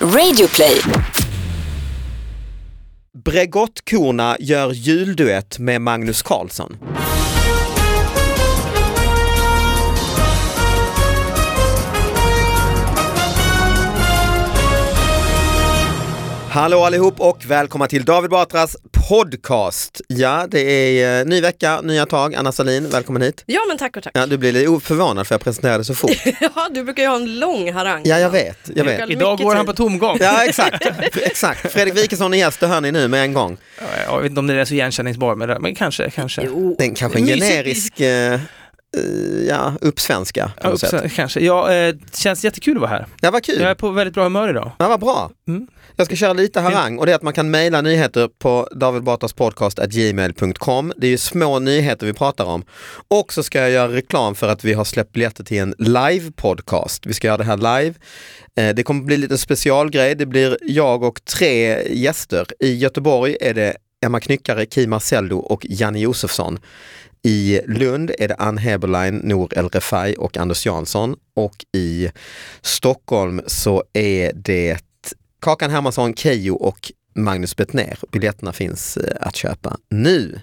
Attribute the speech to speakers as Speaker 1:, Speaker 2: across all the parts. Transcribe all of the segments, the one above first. Speaker 1: Radioplay.
Speaker 2: Bregottkorna gör julduett med Magnus Carlsson. Hallå allihop och välkomna till David Batras podcast. Ja, det är eh, ny vecka, nya tag. Anna Salin, välkommen hit.
Speaker 3: Ja men tack och tack.
Speaker 2: Ja, du blir lite förvånad för jag presenterade så fort.
Speaker 3: Ja, du brukar ju ha en lång harang.
Speaker 2: Ja, jag vet. Jag
Speaker 3: Mikael,
Speaker 2: vet.
Speaker 4: Idag
Speaker 3: mycket
Speaker 4: går
Speaker 3: tid.
Speaker 4: han på tomgång.
Speaker 2: Ja, exakt. exakt. Fredrik Wikesson är gäst, det hör ni nu med en gång.
Speaker 4: Jag vet inte om det är så igenkänningsbar, men, det- men kanske, kanske.
Speaker 3: Jo.
Speaker 2: Den kanske en
Speaker 4: Mysigt.
Speaker 2: generisk eh, eh, ja, uppsvenska. På
Speaker 4: Ja,
Speaker 2: något sätt.
Speaker 4: uppsä- kanske. Ja, eh, det känns jättekul att vara här.
Speaker 2: Ja, vad kul.
Speaker 4: Jag är på väldigt bra humör idag.
Speaker 2: Ja, vad bra.
Speaker 4: Mm.
Speaker 2: Jag ska köra lite harang och det är att man kan mejla nyheter på davidbatraspodcast.gmail.com. Det är ju små nyheter vi pratar om. Och så ska jag göra reklam för att vi har släppt biljetter till en live-podcast. Vi ska göra det här live. Eh, Det kommer bli lite specialgrej. Det blir jag och tre gäster. I Göteborg är det Emma Knyckare, Ki Marcello och Janne Josefsson. I Lund är det Ann Heberlein, Nour El Refai och Anders Jansson. Och i Stockholm så är det Kakan Hermansson, Kejo och Magnus Bettner. Biljetterna finns eh, att köpa nu.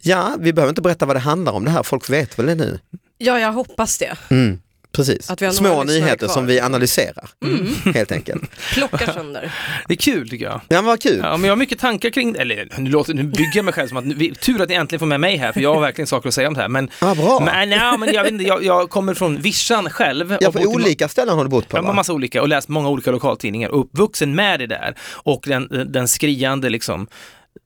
Speaker 2: Ja, vi behöver inte berätta vad det handlar om det här, folk vet väl det nu?
Speaker 3: Ja, jag hoppas det.
Speaker 2: Mm. Precis,
Speaker 3: Att vi har
Speaker 2: små
Speaker 3: några lyssnare
Speaker 2: nyheter
Speaker 3: kvar. Mm.
Speaker 2: som vi analyserar Mm. helt enkelt.
Speaker 3: Plockar sönder.
Speaker 4: Det är kul tycker jag.
Speaker 2: Ja, men vad kul.
Speaker 4: Ja, men jag har mycket tankar kring eller nu, låter, nu bygger jag mig själv som att, nu, vi, tur att ni äntligen får med mig här, för jag har verkligen saker att säga om det här. Men,
Speaker 2: Vad bra.
Speaker 4: men, nej, men jag, vet inte, jag, jag kommer från Vischan själv.
Speaker 2: ja,
Speaker 4: och
Speaker 2: på
Speaker 4: bott i Ma-
Speaker 2: olika ställen har du bott på
Speaker 4: Ja, men
Speaker 2: va?
Speaker 4: massa olika och läst många olika lokaltidningar och uppvuxen med det där och den, den skriande liksom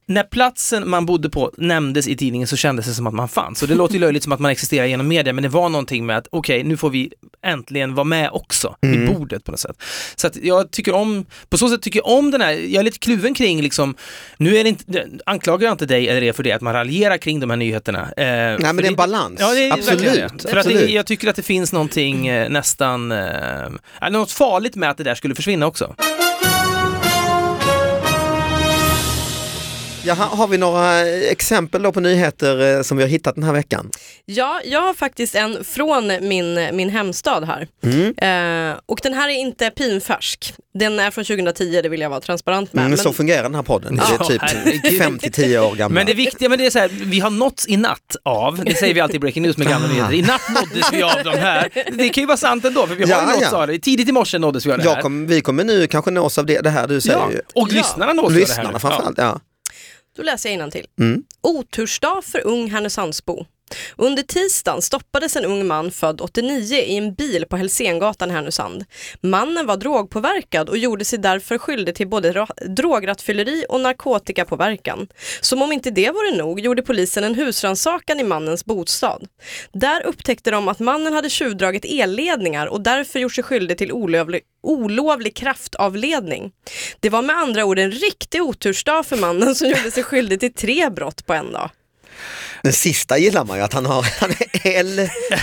Speaker 4: när platsen man bodde på nämndes i tidningen så kändes det som att man fanns. Och det låter ju löjligt som att man existerar genom media, men det var någonting med att okej, nu får vi äntligen vara med också vid
Speaker 2: Mm.
Speaker 4: bordet på något sätt. Så att jag tycker om, på så sätt tycker jag om den här, jag är lite kluven kring liksom, nu är det inte, anklagar jag inte dig eller er för det, att man raljerar kring de här nyheterna. Eh, Nej,
Speaker 2: men det är en balans. Absolut,
Speaker 4: För att
Speaker 2: absolut.
Speaker 4: det, jag tycker att det finns någonting eh, nästan, eh, ja, något farligt med att det där skulle försvinna också.
Speaker 2: Jaha, har vi några eh, exempel då på nyheter eh, som vi har hittat den här veckan?
Speaker 3: Ja, jag har faktiskt en från min, min hemstad här.
Speaker 2: Mm.
Speaker 3: Eh, och den här är inte pinfärsk. Den är från 2010, det vill jag vara transparent med.
Speaker 2: Mm,
Speaker 3: Men,
Speaker 2: så fungerar den här podden, det
Speaker 4: Ja,
Speaker 2: är typ
Speaker 4: herregud.
Speaker 2: 5-10 år gammal.
Speaker 4: Men det viktiga med det är så här, vi har nåtts i natt av, det säger vi alltid i Breaking News med gamla nyheter, i natt nåddes vi av de här. Det kan ju vara sant ändå, för vi har
Speaker 2: Ja,
Speaker 4: ju nåtts
Speaker 2: ja.
Speaker 4: av det. Tidigt i morse nåddes vi av det här.
Speaker 2: jag kom, vi kommer nu kanske nås av det, det här du säger.
Speaker 4: ja.
Speaker 2: ju.
Speaker 4: Och
Speaker 3: Ja.
Speaker 4: lyssnarna nås av det här.
Speaker 2: Lyssnarna
Speaker 4: nu.
Speaker 2: framförallt. Ja.
Speaker 3: Då läser jag till.
Speaker 2: Mm.
Speaker 3: Otursdag för ung Härnösandsbo. Under tisdagen stoppades en ung man född 89 i en bil på Hälsingegatan i Härnösand. Mannen var drogpåverkad och gjorde sig därför skyldig till både ra- drograttfylleri och narkotikapåverkan. Som om inte det vore nog gjorde polisen en husrannsakan i mannens bostad. Där upptäckte de att mannen hade tjuvdragit elledningar och därför gjort sig skyldig till olövlig, olovlig kraftavledning. Det var med andra ord en riktig otursdag för mannen som gjorde sig skyldig till tre brott på en dag.
Speaker 2: Den sista gillar man ju, att han har han är el,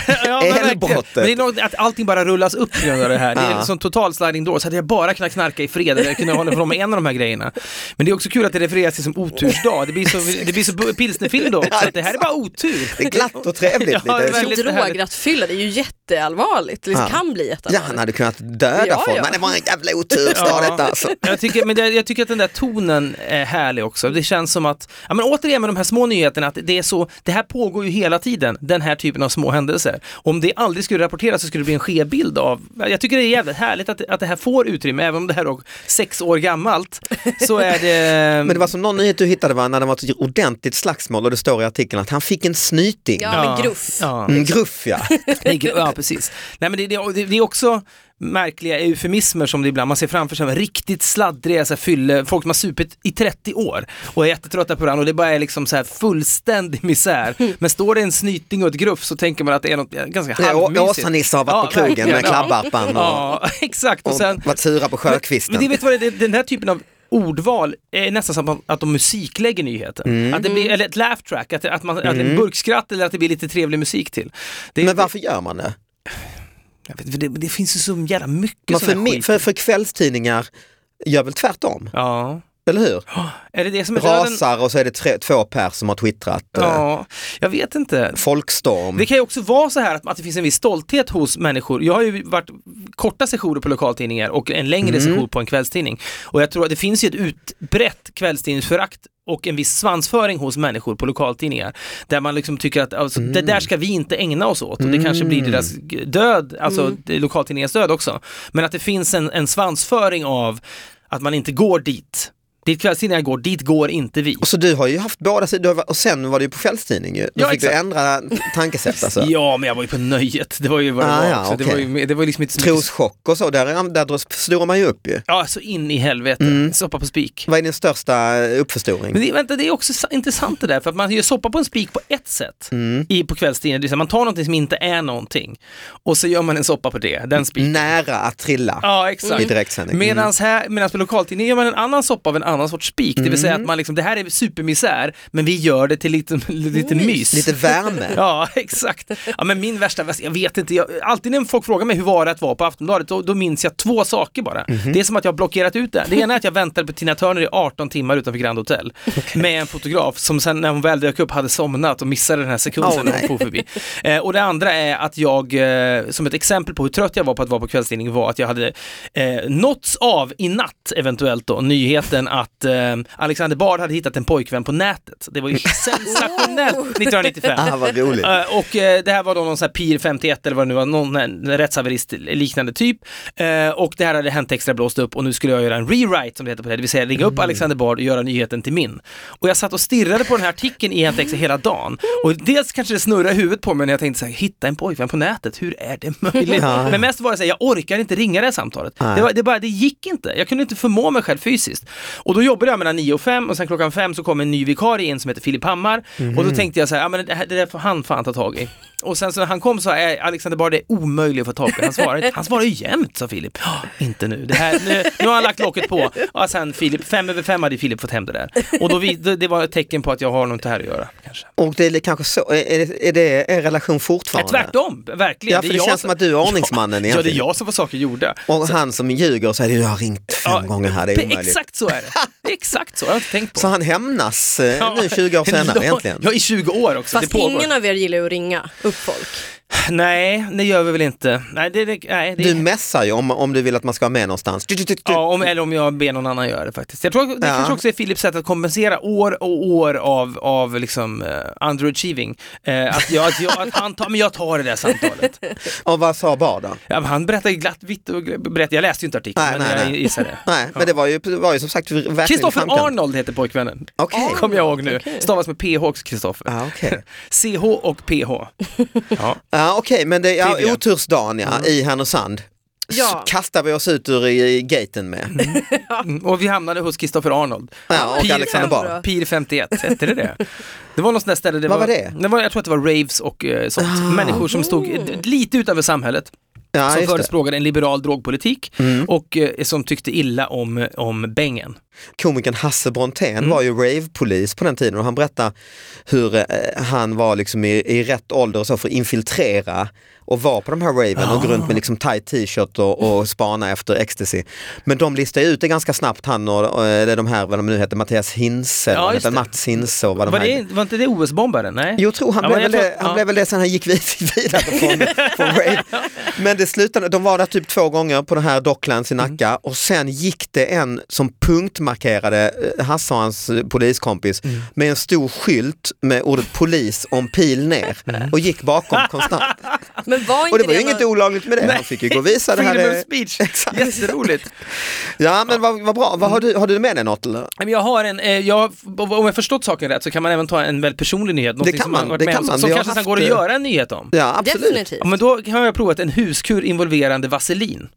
Speaker 4: Ja. Ja, men verkligen.
Speaker 2: elbrottet.
Speaker 4: Men det är något, att allting bara rullas upp på grund av det här. Det är
Speaker 2: Ja.
Speaker 4: som total sliding doors. Hade jag bara kunnat knarka i fred eller jag kunde hålla från med en av de här grejerna. Men det är också kul att det refereras till som otursdag. Det blir så, det blir så bu- pilsnerfilm då också, att det här är bara otur.
Speaker 2: Det är glatt och trevligt.
Speaker 4: Ja,
Speaker 2: lite.
Speaker 4: väldigt härligt.
Speaker 3: Drograttfylla, det är ju jätteallvarligt. Det liksom
Speaker 2: Ja.
Speaker 3: kan bli
Speaker 2: Ja,
Speaker 3: jätteallvarligt.
Speaker 2: han hade kunnat döda
Speaker 3: Ja,
Speaker 2: folk,
Speaker 3: ja.
Speaker 2: men det var en jävla otursdag
Speaker 4: Ja.
Speaker 2: detta alltså.
Speaker 4: Jag tycker, men det, jag tycker att den där tonen är härlig också. Det känns som att, ja, men återigen med de här små nyheterna, att det, är så, det här pågår ju hela tiden, den här typen av små händelser. Om det aldrig skulle rapporteras så skulle det bli en skev bild av, jag tycker det är jävligt härligt att, att det här får utrymme, även om det här är sex år gammalt, så är det...
Speaker 2: Men det var som någon nyhet du hittade va, när det var ett ordentligt slagsmål och det står i artikeln att han fick en snyting.
Speaker 3: Ja, men gruff.
Speaker 4: Ja.
Speaker 2: En gruff ja.
Speaker 4: Det är gr- Ja, precis. Nej, men det, det, det är också märkliga eufemismer som det ibland man ser framför sig, riktigt sladdriga så här, fylle, folk som har supit i 30 år och är jättetrötta på varandra och det bara är liksom så här fullständig misär. Men står det en snyting och ett gruff så tänker man att det är något ganska
Speaker 2: Ja, Å-
Speaker 4: halvmysigt.
Speaker 2: Åsa-Nisse har varit på
Speaker 4: Ja,
Speaker 2: krogen med
Speaker 4: verkligen. Ja.
Speaker 2: klabbarpan och,
Speaker 4: Ja, exakt. Och sen,
Speaker 2: och varit sura på sjökvisten.
Speaker 4: men det vet du vad det är, den här typen av ordval är nästan som att- att de musiklägger nyheten.
Speaker 2: Mm.
Speaker 4: Att det blir, eller ett laugh track, att, det- att man, att det är burkskratt eller att det blir lite trevlig musik till. Det,
Speaker 2: Men varför gör man det?
Speaker 4: jag vet, inte, för det, det finns ju så jävla mycket
Speaker 2: Man
Speaker 4: sån här
Speaker 2: för,
Speaker 4: skit.
Speaker 2: för, för kvällstidningar gör väl tvärtom?
Speaker 4: Ja.
Speaker 2: eller hur?
Speaker 4: Är det det som är döden?
Speaker 2: Rasar och så är det tre, två pers som har twittrat. eh,
Speaker 4: Ja, jag vet inte.
Speaker 2: Folkstorm.
Speaker 4: Det kan ju också vara så här att, att det finns en viss stolthet hos människor. Jag har ju varit korta sessioner på lokaltidningar och en längre
Speaker 2: Mm.
Speaker 4: session på en kvällstidning. Och jag tror att det finns ju ett utbrett kvällstidningsförakt och en viss svansföring hos människor på lokaltidningar. Där man liksom tycker att alltså, det
Speaker 2: Mm.
Speaker 4: där ska vi inte ägna oss åt och det kanske blir deras död, alltså
Speaker 2: Mm.
Speaker 4: lokaltidningens död också. Men att det finns en, en svansföring av att man inte går dit. Dit kvällstidningar går, dit går inte vi.
Speaker 2: Och så Alltså, du har ju haft båda sidor, du har varit- och sen var det ju på kvällstidning ju. Då
Speaker 4: Ja,
Speaker 2: fick du
Speaker 4: exakt.
Speaker 2: ändra tankesätt alltså.
Speaker 4: Ja, men jag var ju på nöjet. Det var ju vad det
Speaker 2: Ah,
Speaker 4: var
Speaker 2: ja,
Speaker 4: också. Det,
Speaker 2: okej.
Speaker 4: var ju, det var ju liksom inte så mycket-
Speaker 2: Troschock och så, där, är- där dras- förstorar man ju upp ju.
Speaker 4: Ja, så in i helvete.
Speaker 2: Mm.
Speaker 4: Soppa på spik.
Speaker 2: Vad är din största eh, uppförstoring?
Speaker 4: Men det, vänta, det är också sa- intressant det där, för att man gör soppa på en spik på ett sätt
Speaker 2: Mm.
Speaker 4: i, på kvällstidningen. Det är så här, Man tar någonting som inte är någonting och så gör man en soppa på det, den spiken.
Speaker 2: Nära att trilla
Speaker 4: Ja, exakt.
Speaker 2: i direktsändning. Mm.
Speaker 4: Medans, här, medans på lokaltidningen gör man en annan soppa av en annan sorts spik. Det vill säga
Speaker 2: Mm.
Speaker 4: att man liksom, det här är supermisär, men vi gör det till lite, lite mys.
Speaker 2: Lite värme.
Speaker 4: Ja, exakt. Ja, men min värsta, värsta- jag vet inte, jag, alltid när folk frågar mig hur var det att vara på Aftonbladet, då, då minns jag två saker bara. Det är som att jag har blockerat ut det. Det ena är att jag väntade på Tina Turner i 18 timmar utanför Grand Hotel med en fotograf som sen när hon väl dök upp hade somnat och missade den här sekunden
Speaker 2: Åh,
Speaker 4: när hon for förbi. Eh, och det andra är att jag, eh, som ett exempel på hur trött jag var på att vara på kvällstidningen, var att jag hade eh, nåtts av i natt, eventuellt då, nyheten att eh, Alexander Bard hade hittat en pojkvän på nätet. Det var ju sensationellt 1995.
Speaker 2: Ah, vad roligt.
Speaker 4: Eh, och eh, det här var då någon sån här PIR 51 eller vad det nu var, någon eh, rättshaverist liknande typ. Eh, och det här hade hänt extra blåst upp och nu skulle jag göra en rewrite som det heter på det, det vill säga ringa upp
Speaker 2: Mm.
Speaker 4: Alexander Bard och göra nyheten till min. Och jag satt och stirrade på den här artikeln i E Hent Extra hela dagen. Och dels kanske det snurrade i huvudet på mig när jag tänkte så här, hitta en pojkvän på nätet, hur är det möjligt?
Speaker 2: Ja.
Speaker 4: Men mest var det så här, jag orkar inte ringa det här samtalet.
Speaker 2: Nej.
Speaker 4: Det, var, det, bara, det gick inte, jag kunde inte förmå mig själv fysiskt. Och då jobbade jag mellan 9 och 5 och sen klockan 5 så kom en ny vikarie in som heter Filip Hammar och
Speaker 2: Mhm.
Speaker 4: då tänkte jag så här, ja, men det, här, det där får han fan ta tag i. Och sen så när han kom så här, "Eh, Alexander Bard är omöjlig att få tag på, han svarar inte. Han svarar ju jämt, sa Filip. "Ja, inte nu, det här, nu, nu har han lagt locket på. Och sen Filip, fem över fem hade Filip fått hem det där. Och då vi, det, det var ett tecken på att jag har något här att göra. Kanske.
Speaker 2: Och det är li- kanske så, är- är det, är det en relation
Speaker 4: Ja,
Speaker 2: fortfarande?
Speaker 4: tvärtom, verkligen.
Speaker 2: Ja, för det,
Speaker 4: jag
Speaker 2: känns som att du är ordningsmannen
Speaker 4: Ja, det
Speaker 2: egentligen.
Speaker 4: är jag som får saker gjorda.
Speaker 2: Och han som ljuger och säger jag har ringt fem
Speaker 4: Ja,
Speaker 2: gånger här, det
Speaker 4: Pe-
Speaker 2: är omöjligt.
Speaker 4: Exakt så är det. det är exakt så, jag har inte tänkt på.
Speaker 2: Så han hämnas eh,
Speaker 4: Ja.
Speaker 2: nu 20 år senare
Speaker 4: Ja,
Speaker 2: egentligen.
Speaker 4: Ja, i 20 år också.
Speaker 3: Fast
Speaker 4: det pågår.
Speaker 3: ingen av er gillar ju att ringa upp folk.
Speaker 4: Nej, det gör vi väl inte. Nej, det, det, nej, det...
Speaker 2: Du messar ju om, om du vill att man ska vara med någonstans. Du, du, du, du.
Speaker 4: Ja, om, eller om jag ber någon annan göra det faktiskt. Jag tror att det
Speaker 2: Ja.
Speaker 4: kanske också är Philips sätt att kompensera år och år av, av liksom, eh, underachieving. Eh, att, jag, att, jag, att han tar, men jag tar det där samtalet.
Speaker 2: Och vad sa Bar då?
Speaker 4: Ja, men han berättade glatt vitt och berättade, jag läste ju inte artikeln,
Speaker 2: Nej,
Speaker 4: men
Speaker 2: nej,
Speaker 4: jag
Speaker 2: nej.
Speaker 4: gissar det.
Speaker 2: Nej, men det var ju, det var ju som sagt verkligen i framkant.
Speaker 4: Kristoffer Arnold heter pojkvännen.
Speaker 2: Okej.
Speaker 4: Kommer jag ihåg nu.
Speaker 3: Okej.
Speaker 4: Stavas med PH också, Kristoffer.
Speaker 2: Ja, okej.
Speaker 4: CH och PH. Ja.
Speaker 2: Ja, okej, men det är ja,
Speaker 4: Trivia. Mm.
Speaker 2: otursdagen ja, i Härnösand.
Speaker 3: Ja.
Speaker 2: Så kastar vi oss ut ur i, i gaten med.
Speaker 4: Mm, Och vi hamnade hos Kristoffer Arnold.
Speaker 2: Ja, och
Speaker 4: Pir
Speaker 2: Alexander
Speaker 4: fem-
Speaker 2: Bard.
Speaker 4: Pir 51, hette det det? Det var något sånt där ställe, det
Speaker 2: Vad var det? Ah. Oh.
Speaker 4: var, jag tror att det var raves och eh, sånt. Människor som stod eh, d- lite utanför samhället,
Speaker 2: Ja,
Speaker 4: som
Speaker 2: just det. Mm.
Speaker 4: förespråkade en liberal drogpolitik och eh, som tyckte illa om, eh, om bängen.
Speaker 2: Komikern Hasse Brontén
Speaker 4: Mm.
Speaker 2: var ju ravepolis på den tiden och han berättar hur eh, han var liksom i, i rätt ålder och så för att infiltrera och vara på de här raven och gå runt
Speaker 4: Ah.
Speaker 2: med liksom tight t-shirt och, och spana efter ecstasy. Men de listade ut det ganska snabbt han och, och eller de här, vad de nu heter, Mattias Hinse,
Speaker 4: Ja,
Speaker 2: vad han
Speaker 4: just
Speaker 2: heter,
Speaker 4: det.
Speaker 2: Mats Hinse och vad de
Speaker 4: Var,
Speaker 2: här
Speaker 4: det, var inte det OS-bombaren? Nej.
Speaker 2: Jo, tror han,
Speaker 4: Ja,
Speaker 2: blev,
Speaker 4: men jag
Speaker 2: väl det,
Speaker 4: tror-
Speaker 2: han
Speaker 4: ja.
Speaker 2: blev väl det sen han gick vid- vidare från, från rave. Men det slutade, de var där typ två gånger på den här Docklands i
Speaker 4: Mm.
Speaker 2: Nacka och sen gick det en som punktmarkerade eh, Hasse och hans eh, poliskompis
Speaker 4: Mm.
Speaker 2: med en stor skylt med ordet polis om pil ner
Speaker 4: Mm.
Speaker 2: och gick bakom konstant.
Speaker 3: Men var inte
Speaker 2: Och det var ju inget
Speaker 3: någon-
Speaker 2: olagligt med det, han fick ju gå och visa det här.
Speaker 4: Freedom
Speaker 2: eh,
Speaker 4: of speech, jätteroligt.
Speaker 2: Ja men vad, vad bra,
Speaker 4: Mm.
Speaker 2: vad, har, du, har du med dig något eller?
Speaker 4: Nej, Men jag har en, eh, jag, om jag förstått saken rätt så kan man även ta en väldigt personlig nyhet, någonting
Speaker 2: kan
Speaker 4: som
Speaker 2: man,
Speaker 4: har varit
Speaker 2: det
Speaker 4: med
Speaker 2: kan
Speaker 4: om,
Speaker 2: man.
Speaker 4: som
Speaker 2: Vi har
Speaker 4: kanske sen
Speaker 2: haft,
Speaker 4: går att
Speaker 2: eh,
Speaker 4: göra en nyhet om.
Speaker 2: Ja absolut.
Speaker 3: Definitivt.
Speaker 4: Ja, men då har jag provat en huskur involverande vaselin.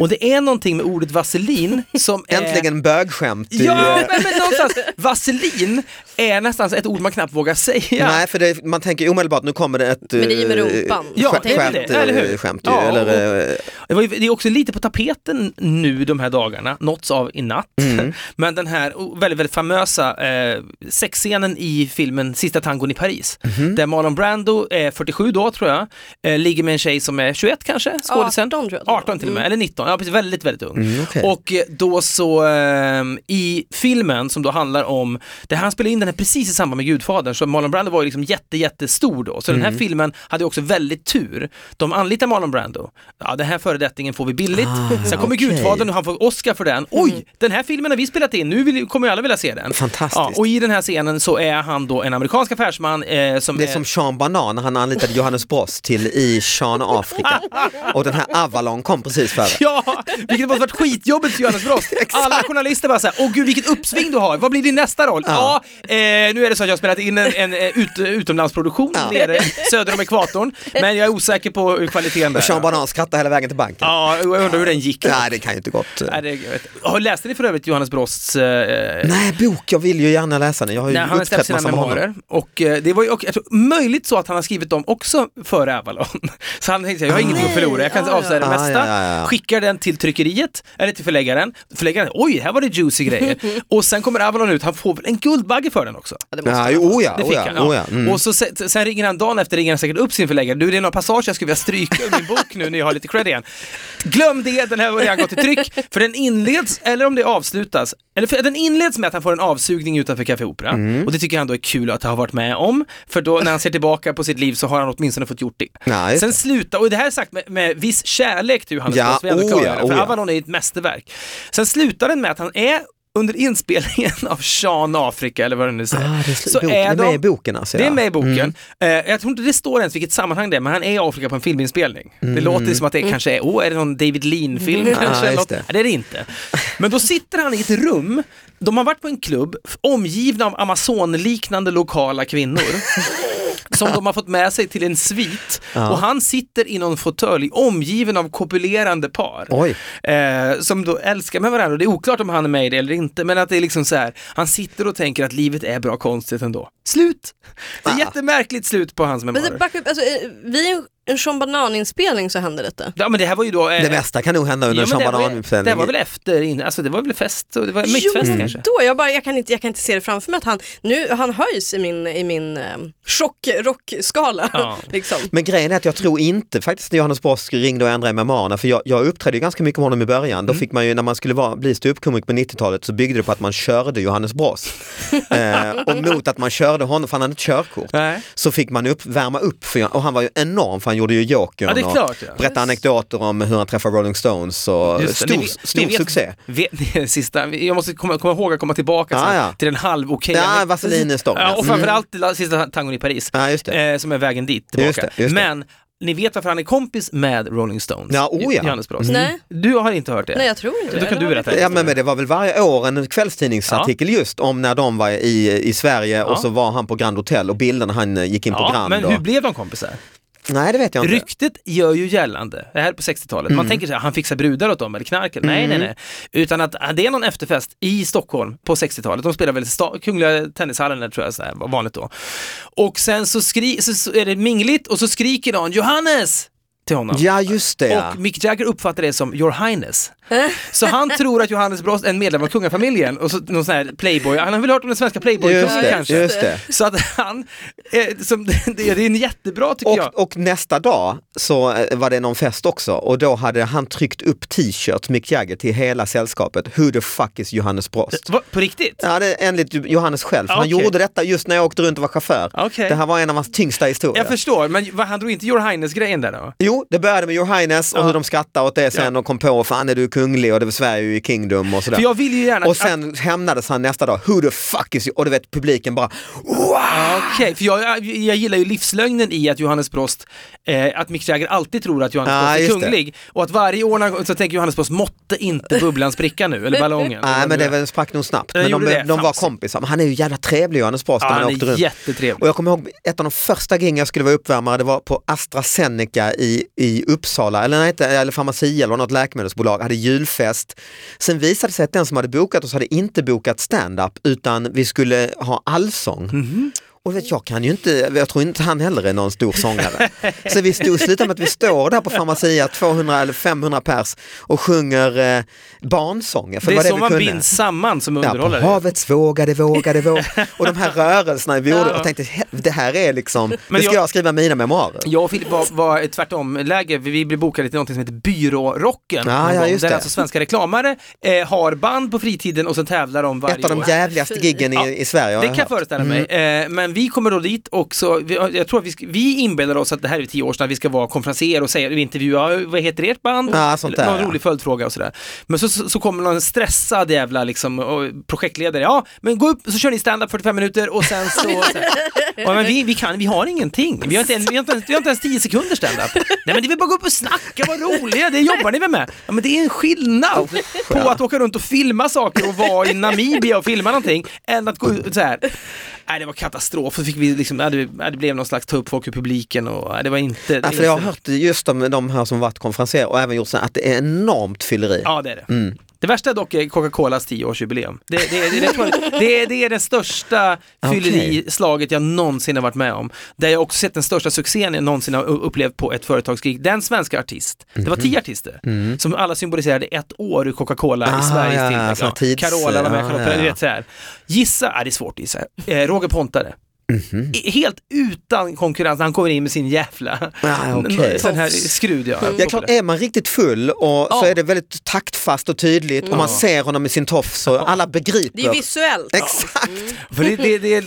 Speaker 4: Och det är någonting med ordet vaselin som är...
Speaker 2: Mhm. Äntligen bögskämt. i, eh,
Speaker 4: Ja, men, men någonstans, vaselin är nästan ett ord man knappt vågar säga.
Speaker 2: Nej, för det, man tänker omedelbart nu kommer det ett...
Speaker 3: Men det är ju med
Speaker 2: eh,
Speaker 3: rumpan.
Speaker 2: Ja,
Speaker 3: tänker
Speaker 4: det är väl
Speaker 2: skämt,
Speaker 4: det, eller hur?
Speaker 2: eh, skämt ju.
Speaker 4: Ja, och-
Speaker 2: eller, eh,
Speaker 4: Det, var ju, det är också lite på tapeten nu de här dagarna, nåtts av i natt.
Speaker 2: Mm.
Speaker 4: Men den här o- väldigt, väldigt famösa eh, sexscenen i filmen Sista tangon i Paris.
Speaker 2: Mhm.
Speaker 4: Där Marlon Brando är 47 då tror jag, eh, ligger med en tjej som är 21 kanske, skådisen.
Speaker 3: 18 tror jag att hon var.
Speaker 4: 18 till och med,
Speaker 3: Mm.
Speaker 4: eller 19, ja precis, väldigt, väldigt ung.
Speaker 2: mm, okej.
Speaker 4: Och eh, då så ehm, i filmen som då handlar om, det här han spelade in den här precis i samband med Gudfadern, så Marlon Brando var ju liksom jätte, jättestor då. Så
Speaker 2: Mm.
Speaker 4: den här filmen hade ju också väldigt tur. De anlitar Marlon Brando. Ja, den här föredettingen får vi billigt.
Speaker 2: Ah,
Speaker 4: Sen kommer
Speaker 2: okej. Mm.
Speaker 4: Gudfadern och han får Oscar för den. Oj, den här filmen har vi spelat in, nu vill, kommer ju alla vilja se den.
Speaker 2: Fantastiskt.
Speaker 4: Ja, och i den här scenen så är han då en amerikansk affärsman eh, som
Speaker 2: det är
Speaker 4: är-
Speaker 2: som Sean Banan när han anlitade Johannes Brost till i Sean Afrika. Och den här Avalon kom precis före.
Speaker 4: Ja, vilket måste varit skitjobbigt för Johannes Brost. Alla journalister bara såhär, åh gud vilket uppsving du har, vad blir din nästa roll? Ja,
Speaker 2: Ja.
Speaker 4: eh, nu är det så att jag har spelat in en, en eh, ut, utomlandsproduktion
Speaker 2: Ja.
Speaker 4: nere söder om ekvatorn, men jag är osäker på hur kvaliteten där.
Speaker 2: Och Sean Banan skrattade hela vägen till banken.
Speaker 4: Ja, jag undrar hur den gick.
Speaker 2: Nej det kan ju inte gått.
Speaker 4: Nej, det, jag vet. Har- Läste ni för övrigt Johannes Brosts eh,
Speaker 2: Nej bok, jag vill ju gärna läsa den. Jag har ju
Speaker 4: Nej, han har
Speaker 2: uppträtt
Speaker 4: släppt sina
Speaker 2: massa med honom.
Speaker 4: memoarer och eh, det var ju och, jag tror, möjligt så att han har skrivit dem också före Avalon. Så han tänkte, så här, jag har ingenting att
Speaker 3: Nej.
Speaker 4: förlora, jag kan
Speaker 3: Ja, ja.
Speaker 4: avslöja det
Speaker 2: Ah,
Speaker 4: mesta.
Speaker 2: ja, ja, ja.
Speaker 4: Skickar den till tryckeriet, eller till förläggaren. Förläggaren, oj, här var det juicy grejer. och sen kommer Avalon ut, han får väl en Guldbagge för den också.
Speaker 3: Ja, det måste
Speaker 2: Ja,
Speaker 3: han.
Speaker 2: jo, oh ja,
Speaker 4: Det
Speaker 2: oh
Speaker 4: fick
Speaker 2: ja,
Speaker 4: han. Ja.
Speaker 2: oh ja. Mm.
Speaker 4: Och så, se- sen ringer han dagen efter, ringer han säkert upp sin förläggare. Du, det är några passager jag skulle vilja stryka ur min bok nu när jag har lite cred igen. Glöm det, den här har redan gått i tryck. För den inleds, eller om det avslutas, eller för, den inleds med att han får en avsugning utanför Café Opera.
Speaker 2: Mm.
Speaker 4: Och det tycker han då är kul att ha varit med om. För då när han ser tillbaka på sitt liv så har han åtminstone fått gjort det.
Speaker 2: Ja, just
Speaker 4: sen slutar, och det här är sagt med, med viss kärlek till Johannes
Speaker 2: Ja,
Speaker 4: Brost, vi ändå
Speaker 2: oh
Speaker 4: klarar
Speaker 2: ja,
Speaker 4: det, för
Speaker 2: oh ja.
Speaker 4: Avalon är ju ett mästerverk. Sen slutar den med att han är under inspelningen av Sean Afrika eller vad det nu säger.
Speaker 2: Ah, det är,
Speaker 4: Så
Speaker 2: slut- boken,
Speaker 4: är
Speaker 2: är
Speaker 4: de-
Speaker 2: med i boken alltså.
Speaker 4: Det är
Speaker 2: ja. Mm.
Speaker 4: med i boken. Eh, jag tror inte det står ens vilket sammanhang det är, men han är i Afrika på en filminspelning. Det låter som att det kanske är, åh, är det någon David Lean-film kanske?
Speaker 2: Mm. Ja,
Speaker 4: eller
Speaker 2: just
Speaker 4: något?
Speaker 2: det.
Speaker 4: Nej, det är det inte. Men då sitter han i ett rum, de har varit på en klubb, f- omgivna av Amazon-liknande lokala kvinnor. Som de har fått med sig till en svit och han sitter i någon fåtölj omgiven av kopulerande par.
Speaker 2: Oj.
Speaker 4: Eh, som då älskar med varandra och det är oklart om han är med i det eller inte men att det är liksom så här, han sitter och tänker att livet är bra konstigt ändå. Slut! Det är jättemärkligt slut på hans
Speaker 3: Men det,
Speaker 4: memoarer.
Speaker 3: back up, alltså, eh, vid en- en Sean Banan-inspelning så hände detta.
Speaker 4: Ja men det här var ju då... eh,
Speaker 2: Det mesta kan nog hända under
Speaker 4: ja,
Speaker 2: en Sean
Speaker 4: men det, här var, ju- det här
Speaker 2: Banan-uppsändning.
Speaker 4: var väl efter, in- alltså det var väl fest, och det var mitt
Speaker 2: Mm.
Speaker 4: fest kanske.
Speaker 3: då, jag, bara, jag, kan inte, jag kan inte se det framför mig att han, nu, han höjs i min, i min eh, chock, rockskala.
Speaker 4: Ja.
Speaker 3: liksom.
Speaker 2: Men grejen är att jag tror inte faktiskt när Johannes Brosk ringde och ändrade memoarerna, för jag, jag uppträdde ju ganska mycket med honom i början.
Speaker 4: Mm.
Speaker 2: Då fick man ju, när man skulle vara, bli ståuppkomiker på 90-talet så byggde det på att man körde Johannes Brosk. eh, och mot att man körde honom, för han hade inte körkort.
Speaker 4: Nej.
Speaker 2: Så fick man upp, värma upp för Johan- och han var ju enorm för han gjorde ju Jokern
Speaker 4: Ja det är
Speaker 2: och
Speaker 4: klart. Ja.
Speaker 2: berättade anekdoter om hur han träffade Rolling Stones och
Speaker 4: Just det,
Speaker 2: stor,
Speaker 4: ni vet-
Speaker 2: stor
Speaker 4: ni vet-
Speaker 2: succé.
Speaker 4: Vet, ni, sista, jag måste komma, komma ihåg att komma tillbaka
Speaker 2: Ja,
Speaker 4: sen,
Speaker 2: ja.
Speaker 4: till den halv okej.
Speaker 2: Ja, Vaseline är stopp.
Speaker 4: Ja, och
Speaker 2: Mm.
Speaker 4: framförallt mm. sista tangon i Paris,
Speaker 2: Ja, just det.
Speaker 4: eh, som är vägen dit tillbaka.
Speaker 2: Just det, just det.
Speaker 4: Men ni vet varför han är kompis med Rolling Stones?
Speaker 2: Ja, oh ja.
Speaker 4: Johannes Brost.
Speaker 3: Nej.
Speaker 4: Du har inte hört det?
Speaker 3: Nej, jag tror inte
Speaker 4: Då
Speaker 3: det.
Speaker 4: kan du berätta.
Speaker 2: Ja men men det var väl varje år en kvällstidningsartikel just om när de var i, i Sverige och så var han på Grand Hotel och bilderna han eh, gick in på
Speaker 4: Ja,
Speaker 2: Grand.
Speaker 4: men
Speaker 2: och...
Speaker 4: hur blev de kompisar?
Speaker 2: Nej det vet jag inte.
Speaker 4: Ryktet gör ju gällande, det här är på 60-talet,
Speaker 2: Mm.
Speaker 4: man tänker så här, han fixar brudar åt dem eller knarkar. Nej, nej, nej. Utan att ah, det är någon efterfest i Stockholm på 60-talet, de spelar väl i sta- Kungliga Tennishallen eller tror jag, så här, var vanligt då. Och sen så, skri- så, så är det mingligt och så skriker någon Johannes till honom.
Speaker 2: Ja just det ja. Eh.
Speaker 4: Och Mick Jagger uppfattar det som Your Highness. Så han tror att Johannes Brost är en medlem av kungafamiljen och så någon sån här playboy, han har väl hört om den svenska
Speaker 2: Just
Speaker 4: playboy-kungen
Speaker 2: det,
Speaker 4: kanske.
Speaker 2: just det.
Speaker 4: Så att han, eh, som, det är en jättebra tycker jag.
Speaker 2: Och, och nästa dag så eh, var det någon fest också och då hade han tryckt upp t-shirt, Mick Jagger, till hela sällskapet. Who the fuck is Johannes Brost?
Speaker 4: Va, på riktigt?
Speaker 2: Ja, det är enligt Johannes själv. Han
Speaker 4: Okej.
Speaker 2: gjorde detta just när jag åkte runt och var chaufför.
Speaker 4: Okej.
Speaker 2: Det här var en av hans tyngsta historier.
Speaker 4: Jag förstår, men vad, han drog inte Your Highness-grejen där då?
Speaker 2: Jo, det började med Your Highness och
Speaker 4: Ja.
Speaker 2: hur de skrattade åt det sen och kom på, fan är du kunglig och det var Sverige i Kingdom och sådär.
Speaker 4: För jag vill ju gärna...
Speaker 2: Och sen hämnades han nästa dag, who the fuck is you? Och du vet publiken bara, wow!
Speaker 4: Ah, Okej, för jag, jag, jag gillar ju livslögnen i att Johannes Brost, eh, att Mick Jagger alltid tror att Johannes
Speaker 2: Ah,
Speaker 4: Brost är
Speaker 2: just det.
Speaker 4: kunglig och att varje år när han, så tänker Johannes Brost, måtte inte bubblan spricka nu, eller ballongen.
Speaker 2: Nej men det väl sprack nog snabbt.
Speaker 4: Jag
Speaker 2: Men de,
Speaker 4: gjorde det,
Speaker 2: de var
Speaker 4: flamsigt.
Speaker 2: kompisar. Men han är ju jävla trevlig Johannes Brost
Speaker 4: Ja,
Speaker 2: när
Speaker 4: han
Speaker 2: han åkte
Speaker 4: är
Speaker 2: runt.
Speaker 4: jättetrevlig.
Speaker 2: Och jag kommer ihåg ett av de första gingen jag skulle vara uppvärmare, det var på AstraZeneca i, i Uppsala, eller nej, inte, eller Pharmacia eller något läkemedelsbolag, hade julfest. Sen visade det sig
Speaker 4: Mhm.
Speaker 2: att den som hade bokat oss hade inte bokat stand-up utan vi skulle ha allsång. Och vet, jag kan ju inte, jag tror inte han heller är någon stor sångare. Så vi stod, slutar med att vi står där på Pharmacia, 200 eller 500 pers och sjunger eh, barnsånger. För
Speaker 4: det är
Speaker 2: var
Speaker 4: så man
Speaker 2: vi kunde.
Speaker 4: binds samman som
Speaker 2: Ja, på
Speaker 4: underhållare.
Speaker 2: havets vågade, vågade, vågade. Och de här rörelserna vi gjorde och tänkte, "Hel- det här är liksom,
Speaker 4: Men
Speaker 2: det ska
Speaker 4: jag-
Speaker 2: jag skriva mina memoarer.
Speaker 4: Jag och Filip var, var ett tvärtom-läge, Vi- vi blev bokade till någonting som heter Byrårocken.
Speaker 2: Ja,
Speaker 4: någon
Speaker 2: Ah, ja,
Speaker 4: gång,
Speaker 2: just
Speaker 4: där
Speaker 2: det.
Speaker 4: alltså svenska reklamare eh, har band på fritiden och sen tävlar de varje
Speaker 2: Ett av de
Speaker 4: år.
Speaker 2: jävligaste giggen
Speaker 4: Ja,
Speaker 2: i, i Sverige Alltså, har
Speaker 4: Det
Speaker 2: jag Mm.
Speaker 4: kan jag
Speaker 2: hört.
Speaker 4: föreställa mig. Eh, men vi kommer då dit och så, vi, jag tror att vi, sk- vi inbillar oss att det här är tio år sedan, vi ska vara konferenser och säga, vi intervjuar, vad heter ert band?
Speaker 2: Ja, sånt där,
Speaker 4: någon
Speaker 2: ja.
Speaker 4: rolig följdfråga och sådär. Men så, så, så kommer någon stressad jävla liksom, och projektledare, ja men gå upp så kör ni stand-up 45 minuter och sen så... så här. ja, men vi, vi kan, vi har ingenting. Vi har inte, en- vi har inte, ens- vi har inte ens 10 sekunder stand-up. Nej men det vill bara gå upp och snacka, vad roliga, det jobbar ni väl med? Ja men det är en skillnad på att åka runt och filma saker och vara i Namibia och filma någonting, än att gå ut så här. Nej det var katastrof, så fick vi liksom, ja, det, ja, det blev någon slags ta upp folk ur publiken och ja, det var inte...
Speaker 2: Nej, för jag har hört just om de här som varit konferenser och även gjort så här, att det är enormt fylleri.
Speaker 4: Ja, det är det.
Speaker 2: Mm.
Speaker 4: Det värsta är dock är Coca-Colas 10-årsjubileum. Det, det, det, det, tror jag- det, är- det är det största
Speaker 2: Okej.
Speaker 4: fyllerislaget jag någonsin har varit med om. Där jag också sett den största succén jag någonsin har u- upplevt på ett företagsgig. Den svenska artist, det var
Speaker 2: Mhm.
Speaker 4: tio artister, som alla symboliserade ett år ur Coca-Cola
Speaker 2: Mm. Ah,
Speaker 4: i Sveriges
Speaker 2: ja,
Speaker 4: tillverkning.
Speaker 2: sån här tids-
Speaker 4: Carola var med,
Speaker 2: ja,
Speaker 4: Charlotte
Speaker 2: ja.
Speaker 4: Perrelli, du vet så här. Gissa, ja, det är svårt att gissa. Eh, Roger Pontare.
Speaker 2: Mhm.
Speaker 4: I- Helt utan konkurrens, han kommer in med sin jävla
Speaker 2: Ah, okej.
Speaker 4: sån här skrud. Ja,
Speaker 2: Ja, klart, är man riktigt full och så
Speaker 4: Ja.
Speaker 2: är det väldigt taktfast och tydligt och man ser honom i sin tofs och alla begriper.
Speaker 3: Det är visuellt.
Speaker 2: Exakt!
Speaker 4: För det, det, det,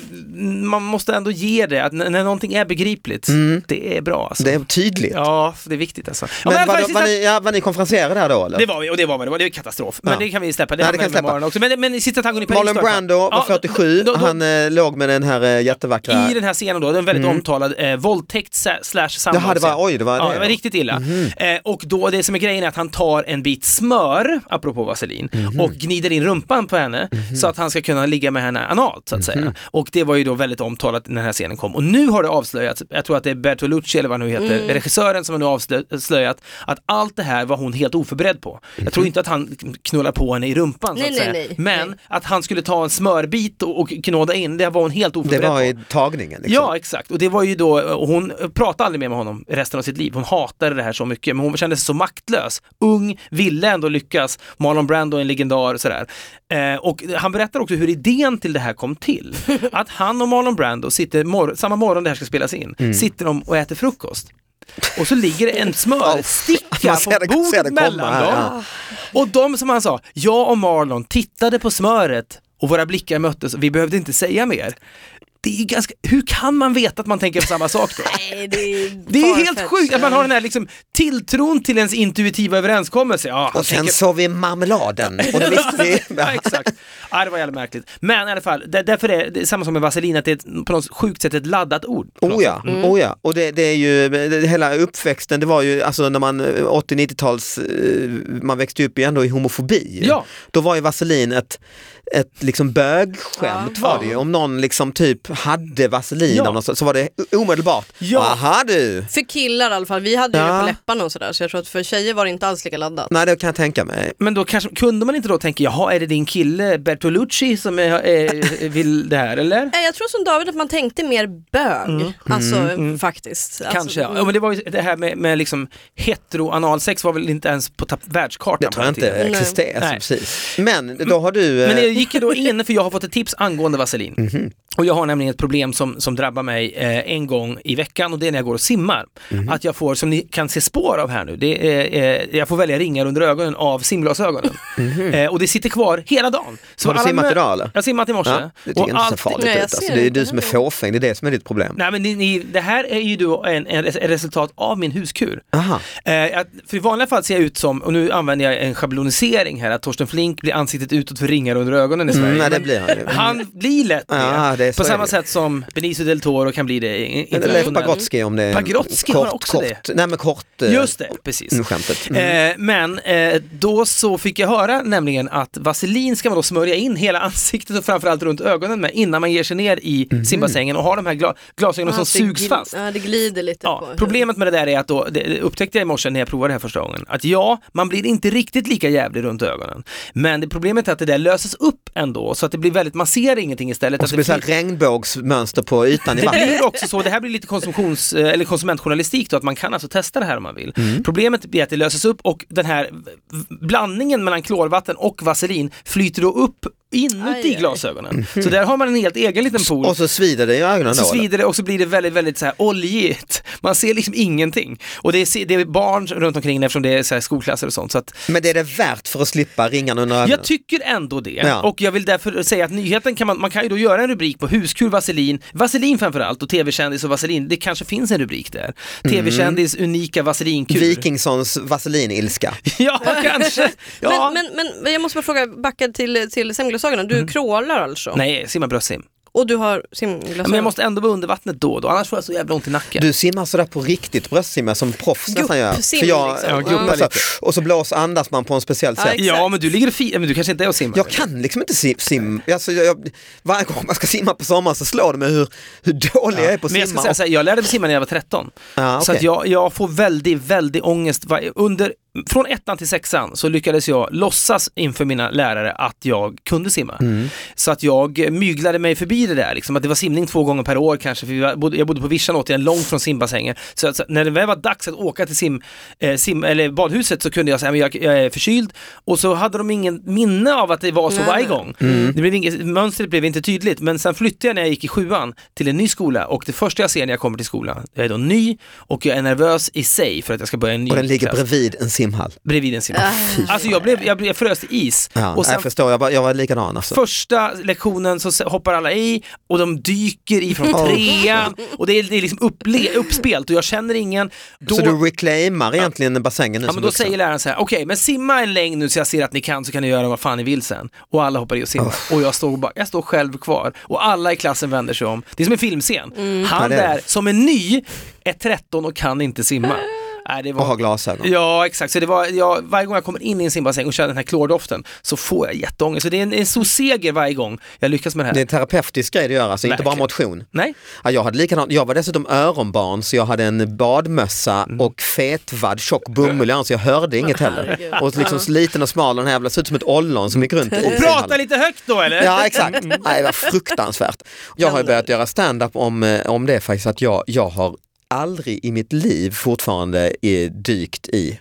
Speaker 4: man måste ändå ge det, att när, när någonting är begripligt, det är bra alltså.
Speaker 2: Mm. Det är tydligt.
Speaker 4: Ja, för det är viktigt alltså. Ja,
Speaker 2: Men
Speaker 4: men
Speaker 2: var,
Speaker 4: faktiskt,
Speaker 2: var, ni, ja, var ni konferenserade där då eller?
Speaker 4: Det var vi, och det var vad det var, det var katastrof. Men
Speaker 2: Ja.
Speaker 4: det kan vi släppa, det,
Speaker 2: Nej,
Speaker 4: Nej,
Speaker 2: det
Speaker 4: det
Speaker 2: kan vi släppa.
Speaker 4: också. Men, men sista tangon i
Speaker 2: Marlon
Speaker 4: Paris då, i alla
Speaker 2: Brando var
Speaker 4: fall. Ja,
Speaker 2: 47,
Speaker 4: då- då-
Speaker 2: han eh, låg med den här eh, jättevackra...
Speaker 4: I den här scenen då, den väldigt omtalad eh, våldtäkt sa- slash
Speaker 2: Mm. Jaha, det
Speaker 4: samlag.
Speaker 2: var, oj, det var Mhm.
Speaker 4: Ja, det
Speaker 2: det.
Speaker 4: var riktigt illa. Eh, och då, det som är grejen är att han tar en bit smör, apropå vaselin,
Speaker 2: Mhm.
Speaker 4: och gnider in rumpan på henne så att han ska kunna ligga med henne analt,
Speaker 2: Mhm.
Speaker 4: så att säga. Och det var ju då väldigt omtalat när den här scenen kom. Och nu har det avslöjats, jag tror att det är Bertolucci eller vad han nu heter,
Speaker 3: Mm.
Speaker 4: regissören som har nu avslöjat, att allt det här var hon helt oförberedd på. Jag
Speaker 2: Mhm.
Speaker 4: tror inte att han knullar på henne i rumpan, så
Speaker 3: Nej,
Speaker 4: att
Speaker 3: nej,
Speaker 4: säga.
Speaker 3: nej.
Speaker 4: Men
Speaker 3: Nej.
Speaker 4: att han skulle ta en smörbit och, och knåda in, det var hon helt
Speaker 2: Det
Speaker 4: oförberedd
Speaker 2: var
Speaker 4: på.
Speaker 2: i tagningen. Liksom.
Speaker 4: Ja, exakt. Och det var ju då, och hon pratade aldrig mer med honom resten av sitt liv. Hon hatade det här så mycket, men hon kände sig så maktlös. Ung, ville ändå lyckas. Marlon Brando är en legendar och sådär. Eh, och han berättar också hur idén till det här kom till. Att han och Marlon Brando sitter, mor- samma morgon det här ska spelas in, sitter de och äter frukost. Och så ligger det en smörsticka
Speaker 2: Man ser det-
Speaker 4: på
Speaker 2: ser det
Speaker 4: bordet
Speaker 2: komma
Speaker 4: mellan
Speaker 2: här,
Speaker 4: dem.
Speaker 2: ja.
Speaker 4: Och de som han sa, jag och Marlon tittade på smöret och våra blickar möttes och vi behövde inte säga mer. Det är ju ganska, hur kan man veta att man tänker på samma sak då?
Speaker 3: Nej, det är,
Speaker 4: Det är ju helt
Speaker 3: farfetched.
Speaker 4: sjukt att man har den här liksom tilltron till ens intuitiva överenskommelse. Ja, han
Speaker 2: Och sen
Speaker 4: tänker-
Speaker 2: sov vi i marmeladen och då visste vi...
Speaker 4: Ja, exakt. Ja, det var jävligt märkligt. Men i alla fall, där- därför är det samma som med vaselin, att det är ett, på något sjukt sätt ett laddat ord. på något
Speaker 2: Oh ja, oh ja, och det, det är ju det, hela uppväxten, det var ju alltså när man eh, 80-90-tals, eh, man växte ju upp igen då i homofobi.
Speaker 4: Ja.
Speaker 2: Då var ju vaselin ett, ett liksom bögskämt
Speaker 3: Ja.
Speaker 2: var det ju. Om någon liksom typ hade vaselin
Speaker 4: Ja.
Speaker 2: av något, så- så var det o- omedelbart,
Speaker 4: Ja.
Speaker 2: aha du!
Speaker 3: För killar i alla fall, vi hade ju
Speaker 2: Ja.
Speaker 3: det på läpparna och sådär så jag tror att för tjejer var det inte alls lika laddat.
Speaker 2: Nej det kan jag tänka mig.
Speaker 4: Men då kanske, kunde man inte då tänka, jaha är det din kille Bertolucci som är, eh, vill det här eller?
Speaker 3: Nej, jag tror som David att man tänkte mer bög, alltså faktiskt.
Speaker 4: Kanske ja.
Speaker 3: alltså,
Speaker 4: ja. men det var ju det här med, med liksom heteroanalsex var väl inte ens på tap- världskartan.
Speaker 2: Det tror jag
Speaker 4: på den
Speaker 2: inte
Speaker 4: tiden.
Speaker 2: existerar,
Speaker 4: Nej.
Speaker 2: alltså, precis. Men då har du... eh,
Speaker 4: Men jag gick ju då in för jag har fått ett tips angående vaselin.
Speaker 2: Mhm.
Speaker 4: Och jag har nämligen ett problem som, som drabbar mig eh, en gång i veckan och det är när jag går och simmar.
Speaker 2: Mhm.
Speaker 4: Att jag får, som ni kan se spår av här nu, det är, eh, jag får välja ringar under ögonen av simglasögonen. eh, och det sitter kvar hela dagen. Så
Speaker 2: Mhm. Har du
Speaker 4: alla
Speaker 2: simmat
Speaker 4: mö-
Speaker 2: idag, eller?
Speaker 4: Jag har simmat i morse.
Speaker 2: Ja, det tycker jag inte ser farligt
Speaker 3: Nej, jag
Speaker 2: ut. Alltså,
Speaker 3: ser
Speaker 2: det är
Speaker 3: inte
Speaker 2: du som är
Speaker 3: heller.
Speaker 2: fåfäng, det är det som är ditt problem.
Speaker 4: Nej men ni, ni, det här är ju då en, en, ett resultat av min huskur.
Speaker 2: Aha.
Speaker 4: Eh, att, för i vanliga fall ser jag ut som, och nu använder jag en schablonisering här, att Torsten Flink blir ansiktet utåt för ringar under ögonen i Sverige.
Speaker 2: Mm, nej det
Speaker 4: Men
Speaker 2: blir han ju.
Speaker 4: Han blir lätt det,
Speaker 2: Ja, det är- så
Speaker 4: på
Speaker 2: är
Speaker 4: samma
Speaker 2: det.
Speaker 4: sätt som Benicio del Toro kan bli det. i- i-
Speaker 2: Eller Leif
Speaker 4: internationellt.
Speaker 2: Pagrotsky om det är en
Speaker 4: Pagrotsky har
Speaker 2: kort,
Speaker 4: också
Speaker 2: kort, Nej men kort, eh,
Speaker 4: Just det, precis.
Speaker 2: nu skämtet. Mm.
Speaker 4: Eh, men eh, då så fick jag höra nämligen att vaselin ska man då smörja in hela ansiktet och framförallt runt ögonen med innan man ger sig ner i
Speaker 2: Mhm.
Speaker 4: simbassängen och har de här gla- glasögonen
Speaker 3: att
Speaker 4: som
Speaker 3: det gl-
Speaker 4: sugs fast.
Speaker 3: mm. Ja, det glider lite
Speaker 4: Ja,
Speaker 3: Typ på. hur-
Speaker 4: problemet med det där är att då, det- det upptäckte jag i morse när jag provade det här första gången, att ja, man blir inte riktigt lika jävlig runt ögonen. Men det problemet är att det där löses upp ändå. Så att det blir väldigt, man ser ingenting istället.
Speaker 2: Och
Speaker 4: att
Speaker 2: så
Speaker 4: alltså det
Speaker 2: blir det så här
Speaker 4: finns-
Speaker 2: regnbågsmönster på ytan i
Speaker 4: det
Speaker 2: vattnet.
Speaker 4: blir också så, det här blir lite konsumtions, eh, eller konsumentjournalistik då, att man kan alltså testa det här om man vill.
Speaker 2: Mm.
Speaker 4: Problemet blir att det löses upp och den här v- blandningen mellan klorvatten och vaselin flyter då upp
Speaker 3: Aj,
Speaker 4: inuti
Speaker 3: aj.
Speaker 4: glasögonen. Så där har man en helt egen liten pool.
Speaker 2: Och så svider det i ögonen
Speaker 4: Så
Speaker 2: då. eller?
Speaker 4: svider det och så blir det väldigt, väldigt så här oljigt. Man ser liksom ingenting. Och det är, det är barn runt omkring eftersom det är så här skolklasser och sånt. Så att
Speaker 2: Men det är det värt för att slippa ringarna under ögonen.
Speaker 4: jag tycker ändå det.
Speaker 2: Ja.
Speaker 4: Och jag vill därför säga att nyheten kan man, man kan ju då göra en rubrik på huskur vaselin, vaselin framförallt och tv-kändis och vaselin. Det kanske finns en rubrik där.
Speaker 2: Mm.
Speaker 4: Tv-kändis unika vaselinkur.
Speaker 2: Vikingssons vaselinilska.
Speaker 4: Ja, kanske. Ja. Mm.
Speaker 3: Men, men, men jag måste bara fråga, backa till, till simglasögonen. Du crawlar alltså?
Speaker 4: Nej, simma bröstsim.
Speaker 3: Och du har
Speaker 4: Men
Speaker 3: simglasögon?
Speaker 4: jag måste ändå vara under vattnet då och då, annars får jag så jävla ont i nacken.
Speaker 2: Du simmar sådär på riktigt bröstsimma som proffs nästan gör.
Speaker 3: Guppsim,
Speaker 2: För jag,
Speaker 3: liksom.
Speaker 4: Ja, guppa
Speaker 2: alltså,
Speaker 4: lite.
Speaker 2: och så blåsandas man på en speciell
Speaker 3: Ja,
Speaker 2: sätt.
Speaker 3: exakt.
Speaker 4: Ja, men du ligger och fi- men du kanske inte är och simmar.
Speaker 2: Jag kan liksom inte sim, sim. Alltså, jag, jag, varje gång man ska simma på sommaren så slår det mig hur, hur dålig jag är på att
Speaker 4: Men jag ska
Speaker 2: simma.
Speaker 4: säga så här, jag lärde mig simma när jag var 13.
Speaker 2: Ja,
Speaker 4: Så
Speaker 2: okej.
Speaker 4: att jag, jag får väldigt, väldigt ångest. varje- Under, från ettan till sexan så lyckades jag låtsas inför mina lärare att jag kunde simma.
Speaker 2: Mm.
Speaker 4: Så att jag myglade mig förbi det där, liksom, att det var simning två gånger per år kanske. För vi var- bodde- jag bodde på Vischan återigen, långt från simbassängen. Så att, så att när det väl var dags att åka till sim, eh, sim, eller badhuset så kunde jag säga att jag, jag är förkyld. Och så hade de ingen minne av att det var så
Speaker 3: Nej.
Speaker 4: varje gång.
Speaker 2: Mm.
Speaker 4: Det blev inget, mönstret blev inte tydligt, men sen flyttade jag när jag gick i sjuan till en ny skola och det första jag ser när jag kommer till skolan, jag är då ny och jag är nervös i sig för att jag ska börja en ny
Speaker 2: Och den ligger
Speaker 4: klass.
Speaker 2: bredvid en simhall.
Speaker 4: bredvid en
Speaker 3: Ah,
Speaker 4: simhall. Alltså jag, blev, jag, blev, jag frös till is.
Speaker 2: Ja,
Speaker 4: och sen
Speaker 2: jag förstår, jag, bara, jag var likadan alltså.
Speaker 4: första lektionen så se- hoppar alla i och de dyker ifrån
Speaker 2: Oh.
Speaker 4: trean och det är, det är liksom upple- uppspelt och jag känner ingen. Då,
Speaker 2: Så du reclaimar egentligen bassängen nu
Speaker 4: ja,
Speaker 2: som
Speaker 4: men då
Speaker 2: vuxen?
Speaker 4: säger läraren så här, okej men simma en längd nu så jag ser att ni kan så kan ni göra vad fan ni vill sen. Och alla hoppar i och simmar och jag står, bara, jag står själv kvar och alla i klassen vänder sig om. Det är som en filmscen.
Speaker 2: Ja,
Speaker 4: Han
Speaker 2: det är det.
Speaker 4: där som är ny är 13 och kan inte simma. Nej, det var...
Speaker 2: Och har glasögon.
Speaker 4: Ja, exakt. Så det var, jag, varje gång jag kommer in i en simbassäng och känner den här klordoften så får jag jätteångest. Så det är en, en stor seger varje gång jag lyckas med det här.
Speaker 2: Det är en terapeutisk grej du gör alltså, inte bara
Speaker 4: Verkligen.
Speaker 2: motion.
Speaker 4: Nej,
Speaker 2: Ja, jag, hade likadant. jag var dessutom öronbarn så jag hade en badmössa
Speaker 4: Mm.
Speaker 2: och fetvadd tjock bomull i öronen, så jag hörde inget heller.
Speaker 3: Herregud.
Speaker 2: Och liksom så liten och smal och den här jävla, såg ut som ett ollon som gick runt i simhallen.
Speaker 4: prata lite Mm. högt då eller?
Speaker 2: Ja exakt, Nej, det var fruktansvärt. Jag har ju börjat göra stand-up om, eh, om det faktiskt, att jag, jag har aldrig i mitt liv fortfarande eh, dykt i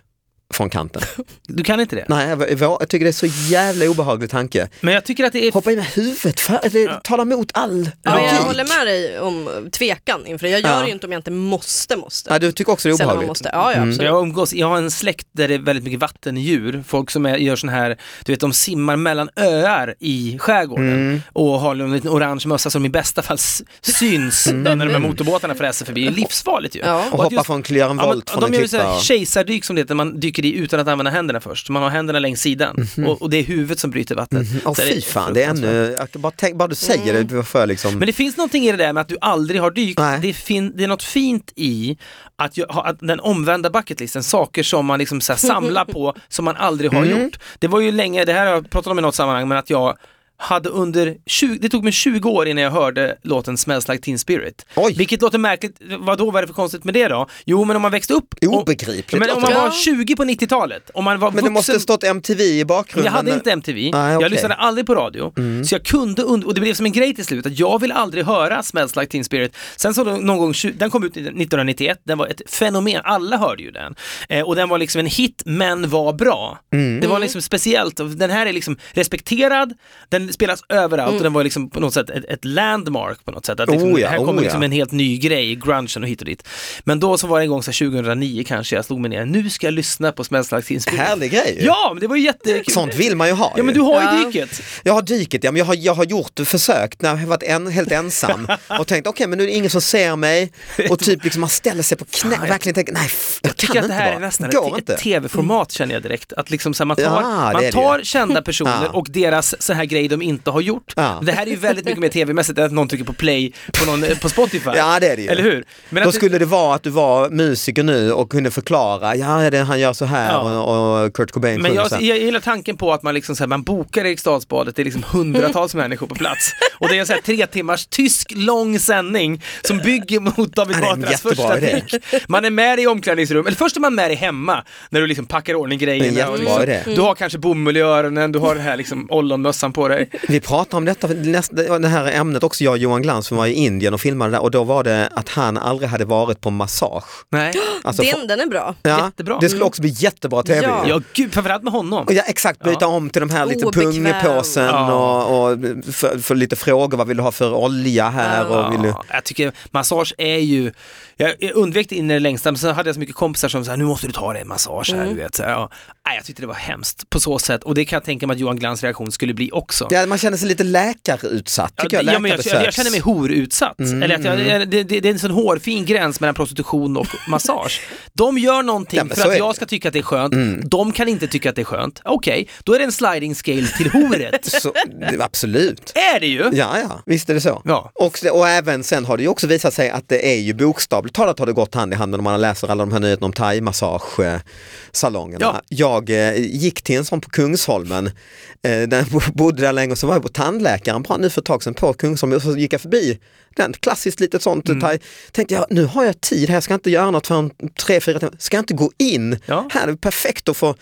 Speaker 2: från kanten.
Speaker 4: Du kan inte det.
Speaker 2: Nej, jag, jag tycker det är så jävla obehaglig tanke.
Speaker 4: Men jag tycker att det är...
Speaker 2: Hoppa in med huvudet, för, det talar emot all logik.
Speaker 3: Ja, men jag håller med dig om tvekan inför det. Jag gör
Speaker 2: Ja.
Speaker 3: det ju inte om jag inte måste måste.
Speaker 2: Nej, du tycker också det är
Speaker 3: Sen om man
Speaker 2: obehagligt?
Speaker 3: måste. Ja, ja, absolut.
Speaker 4: Jag, umgås, jag har en släkt där det är väldigt mycket vattendjur. Folk som är, gör sån här, du vet de simmar mellan öar i skärgården
Speaker 2: Mm.
Speaker 4: och har en liten orange mössa som i bästa fall s- syns när de här motorbåtarna fräser förbi. Det är livsfarligt ju.
Speaker 3: Ja. Och
Speaker 2: Mm. Och,
Speaker 4: att
Speaker 2: hoppa
Speaker 4: just-
Speaker 2: från, göra en
Speaker 4: Ja, men
Speaker 2: volt från en
Speaker 4: de gör ju så
Speaker 2: klippa.
Speaker 4: här kejsardyk som det heter, man dyker i utan att använda händerna först. Man har händerna längs sidan och, och det är huvudet som bryter vattnet.
Speaker 2: Mhm. Åh
Speaker 4: Så
Speaker 2: fy fan, det är ännu, jag kan bara, tänk, bara du säger det, får jag liksom...
Speaker 4: Alltså. Mm. Men det finns någonting i det där med att du aldrig har dykt.
Speaker 2: Nej.
Speaker 4: Det, är fin, det är något fint i att, ju- ha- att den omvända bucketlisten, saker som man liksom så här samlar på som man aldrig har
Speaker 2: Mm.
Speaker 4: gjort. Det var ju länge, det här har jag pratat om i något sammanhang, men att jag hade under 20, det tog mig 20 år innan jag hörde låten Smells like Teen Spirit.
Speaker 2: Oj.
Speaker 4: Vilket låter märkligt, vadå vad är det för konstigt med det då? Jo men om man växte upp...
Speaker 2: Obegripligt
Speaker 4: Men om
Speaker 2: låter
Speaker 4: man
Speaker 2: det.
Speaker 4: var 20 på 90-talet, om man var
Speaker 2: Men det
Speaker 4: vuxen...
Speaker 2: måste stått MTV i bakgrunden.
Speaker 4: Jag hade inte MTV,
Speaker 2: Nej, okej. Mm.
Speaker 4: jag lyssnade aldrig på radio. Så jag kunde, und- och det blev som en grej till slut, att jag vill aldrig höra Smells like Teen Spirit. Sen så då någon gång, tju- den kom ut 1991, den var ett fenomen, alla hörde ju den. Eh, och den var liksom en hit, men var bra.
Speaker 2: Mm.
Speaker 4: Det var liksom speciellt, och den här är liksom respekterad, den spelas överallt och den var liksom på något sätt ett, ett landmark på något sätt. Att liksom,
Speaker 2: Oh ja,
Speaker 4: här
Speaker 2: oh
Speaker 4: kommer
Speaker 2: ja.
Speaker 4: liksom en helt ny grej, grungen och hit och dit. Men då så var det en gång så här 2009 kanske, jag slog mig ner, nu ska jag lyssna på Smells like Teen Spirit.
Speaker 2: Härlig grej ju.
Speaker 4: Ja, men det var ju jättekul.
Speaker 2: Sånt vill man ju ha.
Speaker 4: Ja men
Speaker 2: ju.
Speaker 4: du har ju
Speaker 3: Ja.
Speaker 4: dyket.
Speaker 2: Jag har dykt, ja, men jag, har, jag har gjort försök när jag har varit en, helt ensam och tänkt okej men nu är det ingen som ser mig och typ liksom man ställer sig på knä och verkligen tänker nej f- jag kan
Speaker 4: Tycker att
Speaker 2: inte
Speaker 4: det här
Speaker 2: bara,
Speaker 4: är nästan
Speaker 2: går
Speaker 4: ett,
Speaker 2: inte.
Speaker 4: ett tv-format känner jag direkt. Att liksom så här, man tar,
Speaker 2: Ja, det är
Speaker 4: man
Speaker 2: det
Speaker 4: tar
Speaker 2: ju.
Speaker 4: kända personer
Speaker 2: Ja.
Speaker 4: och deras så här grej de inte har gjort.
Speaker 2: Ja.
Speaker 4: Det här är ju väldigt mycket mer tv-mässigt än att någon trycker på play på, någon, eh, på Spotify.
Speaker 2: Ja det är det ju.
Speaker 4: Eller hur? Men
Speaker 2: Då
Speaker 4: att-
Speaker 2: skulle det vara att du var musiker nu och kunde förklara, ja det, han gör så här
Speaker 4: Ja.
Speaker 2: och, och Kurt Cobain
Speaker 4: Men
Speaker 2: sjunger så
Speaker 4: jag,
Speaker 2: här.
Speaker 4: jag gillar tanken på att man, liksom så här, man bokar Eriksdalsbadet, det är liksom hundratals människor på plats. Och det är en så här, tre timmars tysk lång sändning som bygger mot David
Speaker 2: Ja, det är en
Speaker 4: Batras
Speaker 2: jättebra
Speaker 4: första
Speaker 2: idé.
Speaker 4: take. Man är med i omklädningsrummet, eller först är man med dig hemma när du liksom packar i ordning
Speaker 2: Det är en
Speaker 4: grejerna. och
Speaker 2: jättebra
Speaker 4: liksom,
Speaker 2: idé.
Speaker 4: du har kanske bomull i öronen, du har den här liksom ollonmössan på dig. här.
Speaker 2: Vi pratade om detta, nästa- det här ämnet också, jag och Johan Glans som var i Indien och filmade där och då var det att han aldrig hade varit på massage.
Speaker 4: Nej,
Speaker 2: Alltså,
Speaker 3: den, den är bra.
Speaker 2: ja,
Speaker 4: jättebra.
Speaker 2: Det skulle också bli jättebra tv.
Speaker 3: Ja.
Speaker 4: ja gud, framförallt med honom.
Speaker 2: Och Ja exakt, byta om till de här lite
Speaker 3: Obekväm.
Speaker 2: pungpåsen
Speaker 4: Ja.
Speaker 2: och, och för, för lite frågor, vad vill du ha för olja här? Och vill du...
Speaker 4: Ja, jag tycker massage är ju, jag jag undvek det in i det längsta, men sen hade jag så mycket kompisar som sa nu måste du ta dig en massage här,
Speaker 2: Mm.
Speaker 4: du vet. Så, här, ja. Nej, jag tyckte det var hemskt på så sätt och det kan jag tänka mig att Johan Glans reaktion skulle bli också.
Speaker 2: ja, man känner sig lite läkarutsatt, tycker jag.
Speaker 4: ja, men jag, jag, jag
Speaker 2: läkarbesöks-
Speaker 4: känner mig horutsatt.
Speaker 2: Mm.
Speaker 4: Eller att jag, jag, det, det det är en sån hårfin gräns mellan prostitution och massage. De gör någonting
Speaker 2: Ja, men så
Speaker 4: för
Speaker 2: är
Speaker 4: att jag
Speaker 2: det. Mm.
Speaker 4: ska tycka att det är skönt, de kan inte tycka att det är skönt. Okej, då är det en sliding scale till horet.
Speaker 2: Så, det- absolut.
Speaker 4: är det ju!
Speaker 2: Ja, ja, visst är det så.
Speaker 4: Ja.
Speaker 2: Och, se- och även sen har det ju också visat sig att det är ju bokstavligt talat har det gått hand i hand när man läser alla de här nyheterna om thaimassagesalongerna.
Speaker 4: Ja.
Speaker 2: Jag eh, gick till en sån på Kungsholmen, eh, där jag bo- bodde där länge och så var jag på tandläkaren bara nu för ett tag sedan på Kungsholmen och så gick jag förbi den, klassiskt litet sånt
Speaker 4: Mm.
Speaker 2: thai. Tänkte jag, nu har jag tid här, jag ska inte göra något förrän tre, fyra timmar, ska jag inte gå in?
Speaker 4: Ja.
Speaker 2: Här är det perfekt att få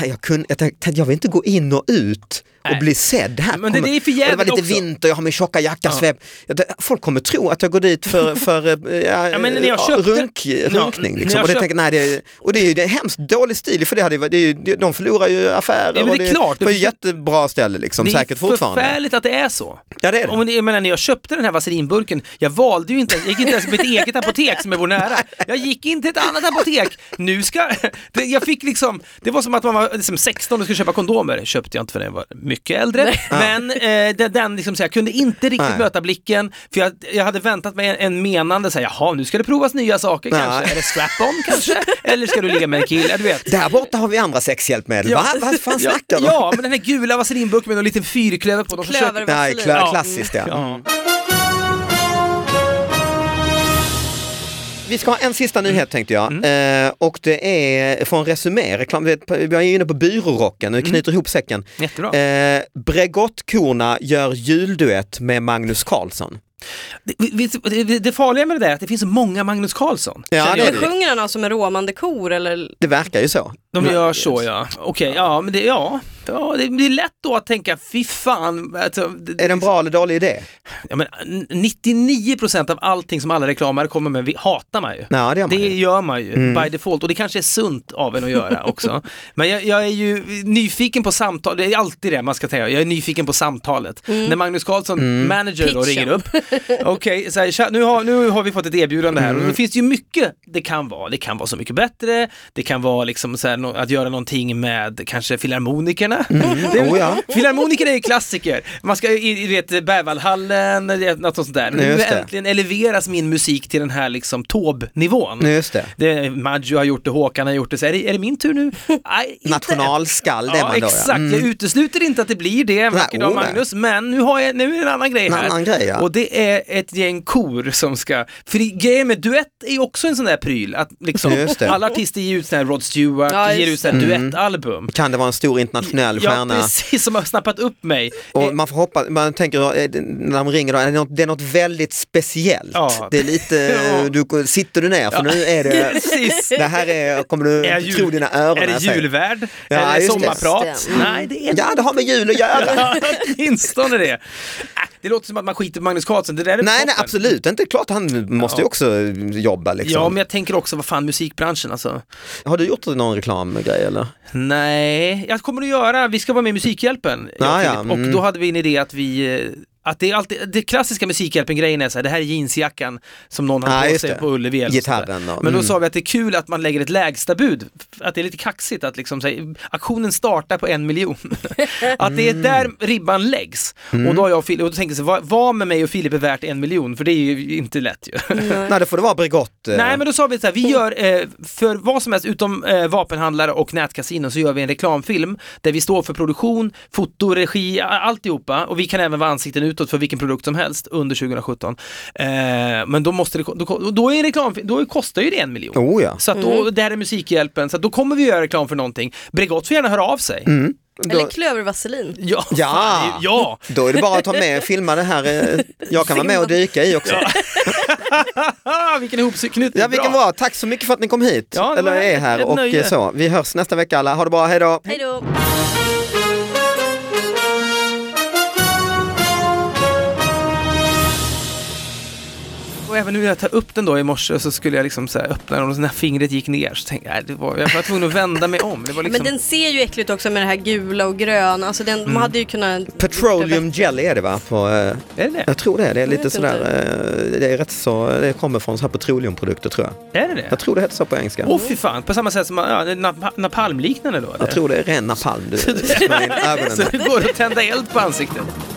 Speaker 2: Nej, jag, kunde, jag, tänkte, jag vill inte gå in och ut och
Speaker 4: Nej.
Speaker 2: bli sedd här.
Speaker 4: Men det-
Speaker 2: kommer-
Speaker 4: det är för
Speaker 2: och det var
Speaker 4: jävligt
Speaker 2: lite
Speaker 4: också.
Speaker 2: vinter, jag har min tjocka jacka,
Speaker 4: Ja.
Speaker 2: svep. Ja, det- Folk kommer tro att jag går dit för, för eh, ja,
Speaker 4: Ja, men när jag
Speaker 2: ja,
Speaker 4: köpte-
Speaker 2: runk,
Speaker 4: Ja,
Speaker 2: runkning.
Speaker 4: när
Speaker 2: Liksom.
Speaker 4: jag
Speaker 2: Och, det
Speaker 4: köpte-
Speaker 2: tänker, nej, det är, och det är ju det är hemskt dålig stil, för det hade, ju varit- det är ju, de förlorar ju affärer.
Speaker 4: men det är
Speaker 2: och det
Speaker 4: klart.
Speaker 2: var ju jättebra ställe, liksom, säkert fortfarande.
Speaker 4: förfärligt att det är så.
Speaker 2: Ja, det är det.
Speaker 4: Om, jag menar, när jag köpte den här vaselinburken, jag valde ju inte, jag gick inte ens till mitt eget apotek som jag bor nära. Jag gick inte till ett annat apotek. Nu ska, det, jag fick liksom, det var som att man var liksom 16 och skulle köpa kondomer. Köpte jag inte för jag var mycket äldre. Men eh, den, den liksom, så jag kunde inte riktigt
Speaker 2: Nej.
Speaker 4: möta blicken, för jag, jag hade väntat mig en, en menande, så här, jaha, nu ska det provas nya saker
Speaker 2: Nej.
Speaker 4: kanske. Eller strap-on kanske, eller ska du ligga med en kille, du vet.
Speaker 2: Där borta har vi andra sexhjälpmedel.
Speaker 4: Ja.
Speaker 2: Va? Vad fan
Speaker 4: Ja,
Speaker 2: snackar du om?
Speaker 4: ja, men den här gula vaselinburken med en liten fyrklöver på. De försöker-
Speaker 3: Klöver,
Speaker 2: Nej,
Speaker 3: vaselin.
Speaker 2: kla-
Speaker 4: Ja.
Speaker 2: klassiskt ja.
Speaker 4: Ja.
Speaker 2: Vi ska ha en sista
Speaker 4: Mm.
Speaker 2: nyhet tänkte jag eh, och det är från Resumé, reklam, det- vi är ju inne på byrårocken,
Speaker 4: Mm.
Speaker 2: nu knyter ihop säcken.
Speaker 4: Jättebra.
Speaker 2: Eh, Bregottkorna gör julduett med Magnus Carlsson.
Speaker 4: Det, vet du, det, det farliga med det där är att det finns så många Magnus Karlsson.
Speaker 2: Ja,
Speaker 4: Känner
Speaker 2: det är
Speaker 4: jag.
Speaker 3: Men sjunger han alltså med råmande kor eller?
Speaker 2: Det verkar ju så.
Speaker 4: De gör så ja. Okej, ja men det, ja. Ja, det blir lätt då att tänka, fy fan. Alltså, det,
Speaker 2: Är det en bra eller dålig idé?
Speaker 4: ja, men, 99% av allting som alla reklamare kommer med vi- hatar man ju.
Speaker 2: Nej, det gör man
Speaker 4: Det
Speaker 2: ju.
Speaker 4: gör man ju
Speaker 2: Mm.
Speaker 4: by default och det kanske är sunt av en att göra också. Men jag, jag är ju nyfiken på samtal, det är alltid det man ska säga, jag är nyfiken på samtalet.
Speaker 2: Mm.
Speaker 4: När Magnus Karlsson, manager, då,
Speaker 3: Pitchen.
Speaker 4: ringer upp. Okej, så här, tja, nu, har, nu har vi fått ett erbjudande här
Speaker 2: Mm.
Speaker 4: och det finns ju mycket det kan vara. Det kan vara Så mycket bättre, det kan vara liksom så här, nå- att göra någonting med kanske filharmonikerna. Det är-
Speaker 2: Oh, ja.
Speaker 4: Filharmonikerna är ju klassiker. Man ska i, i du vet, Bävalhallen, det är något sånt där.
Speaker 2: Nej,
Speaker 4: Nu
Speaker 2: just det.
Speaker 4: äntligen eleveras min musik till den här liksom tåb-nivån.
Speaker 2: Nej, Just det.
Speaker 4: Det, Maggio har gjort det, Håkan har gjort det. Så är, det, är det min tur nu? Nej, inte.
Speaker 2: Nationalskall, det är
Speaker 4: Ja,
Speaker 2: man då.
Speaker 4: exakt.
Speaker 2: Ja. Mm.
Speaker 4: Jag utesluter inte att det blir det en vacker dag,
Speaker 2: oh, nej.
Speaker 4: Magnus. Men nu, har jag, nu är det en annan grej
Speaker 2: En
Speaker 4: här.
Speaker 2: annan grej, ja.
Speaker 4: Och det är ett gäng kor som ska... För det- grejen med duett är ju också en sån där pryl. Att liksom,
Speaker 2: Just det. Mm.
Speaker 4: alla artister ger ut sån här Rod Stewart,
Speaker 3: Ja,
Speaker 4: ger
Speaker 3: just
Speaker 4: ut sån här duettalbum.
Speaker 2: Kan det vara en stor internationell stjärna?
Speaker 4: Ja, precis, som har snappat upp mig. Eh,
Speaker 2: Och man får hoppas, man tänker eh, när de ringer, då, är det, något, det är något väldigt speciellt.
Speaker 4: Ja.
Speaker 2: Det är lite,
Speaker 4: Ja.
Speaker 2: du, sitter du ner för nu är det,
Speaker 4: Precis.
Speaker 2: det här är, kommer du
Speaker 4: jag
Speaker 2: inte tro dina öron.
Speaker 4: är
Speaker 2: när
Speaker 4: det
Speaker 2: jag säger.
Speaker 4: julvärd?
Speaker 2: Ja,
Speaker 4: är det
Speaker 2: just det.
Speaker 4: sommarprat?
Speaker 3: Just det. Mm.
Speaker 4: Nej, det är
Speaker 2: Ja, det har med jul att göra.
Speaker 4: Ja, Åtminstone det. Äh, Det låter som att man skiter på Magnus Carlsen. Det där är
Speaker 2: Nej, nej,
Speaker 4: toppen.
Speaker 2: absolut inte. Klart han måste ju också jobba liksom.
Speaker 4: Ja, men jag tänker också, vad fan, musikbranschen alltså.
Speaker 2: Har du gjort någon reklamgrej eller?
Speaker 4: Nej, jag kommer att göra, vi ska vara med i Musikhjälpen. jag
Speaker 2: Ah,
Speaker 4: och
Speaker 2: ja,
Speaker 4: Filip. Och
Speaker 2: mm.
Speaker 4: då hade vi en idé att vi eh, att det, är alltid, det klassiska Musikhjälpen-grejen är så här, det här är jeansjackan som någon
Speaker 2: Ah,
Speaker 4: har på
Speaker 2: just
Speaker 4: sig
Speaker 2: det.
Speaker 4: på Ullevi. eller så där.
Speaker 2: Gitarren då.
Speaker 4: Men då
Speaker 2: Mm.
Speaker 4: sa vi att det är kul att man lägger ett lägsta bud. Att det är lite kaxigt att liksom, så här, aktionen startar på en miljon. att
Speaker 2: Mm.
Speaker 4: det är där ribban läggs. Och då har jag och Filip, och då tänkte jag så här, vad, vad med mig och Filip är värt en miljon? För det är ju inte lätt ju.
Speaker 2: Nej, det får det vara Bregott. eh.
Speaker 4: Nej men då sa vi så här, vi gör eh, för vad som helst utom eh, vapenhandlare och nätkasinon så gör vi en reklamfilm där vi står för produktion, foto, regi, a- alltihopa och vi kan även vara ansikten utåt för vilken produkt som helst under 2017. Eh, men då måste det, ko- då, ko- då är en reklamfilm, då kostar ju det en miljon.
Speaker 2: Oh ja.
Speaker 4: Så att då, där är Musikhjälpen, så att då kommer vi göra reklam för någonting. Bregott får gärna höra av sig.
Speaker 3: Eller klövervaselin?
Speaker 4: Ja,
Speaker 2: Mm. Ja.
Speaker 4: fan, ja.
Speaker 2: Då är det bara att ta med och filma det här. eh, Jag kan vara med och dyka i också.
Speaker 4: Ah, vilken ihopknytning,
Speaker 2: Ja, vilken bra. Tack så mycket för att ni kom hit.
Speaker 4: Ja, det
Speaker 2: eller
Speaker 4: var
Speaker 2: är
Speaker 4: ett-
Speaker 2: här.
Speaker 4: ett
Speaker 2: Och
Speaker 4: nöje.
Speaker 2: eh, så. Vi hörs nästa vecka alla. Ha det bra. Hej då.
Speaker 3: Hej då!
Speaker 4: och även nu när jag tar upp den då i morse så skulle jag liksom så här öppna den och när fingret gick ner så tänkte jag, nej, det var, jag var tvungen att vända mig om. Det var liksom,
Speaker 3: Men den ser ju äckligt också med det här gula och gröna. Alltså den, man hade ju kunnat...
Speaker 2: Petroleum jelly är det va? På, eh,
Speaker 4: Är det
Speaker 2: jag tror det. är- Det är lite
Speaker 3: vet
Speaker 2: sådär, eh, det är rätt så, det kommer från så här petroleumprodukter tror jag.
Speaker 4: det? Är det det?
Speaker 2: Jag tror det heter så på engelska.
Speaker 4: Åh fy fan, på samma sätt som ja, nap- napalmliknande då?
Speaker 2: Jag
Speaker 4: eller?
Speaker 2: tror det är ren napalm du smörjer in ögonen.
Speaker 4: Så det går att tända eld på ansiktet.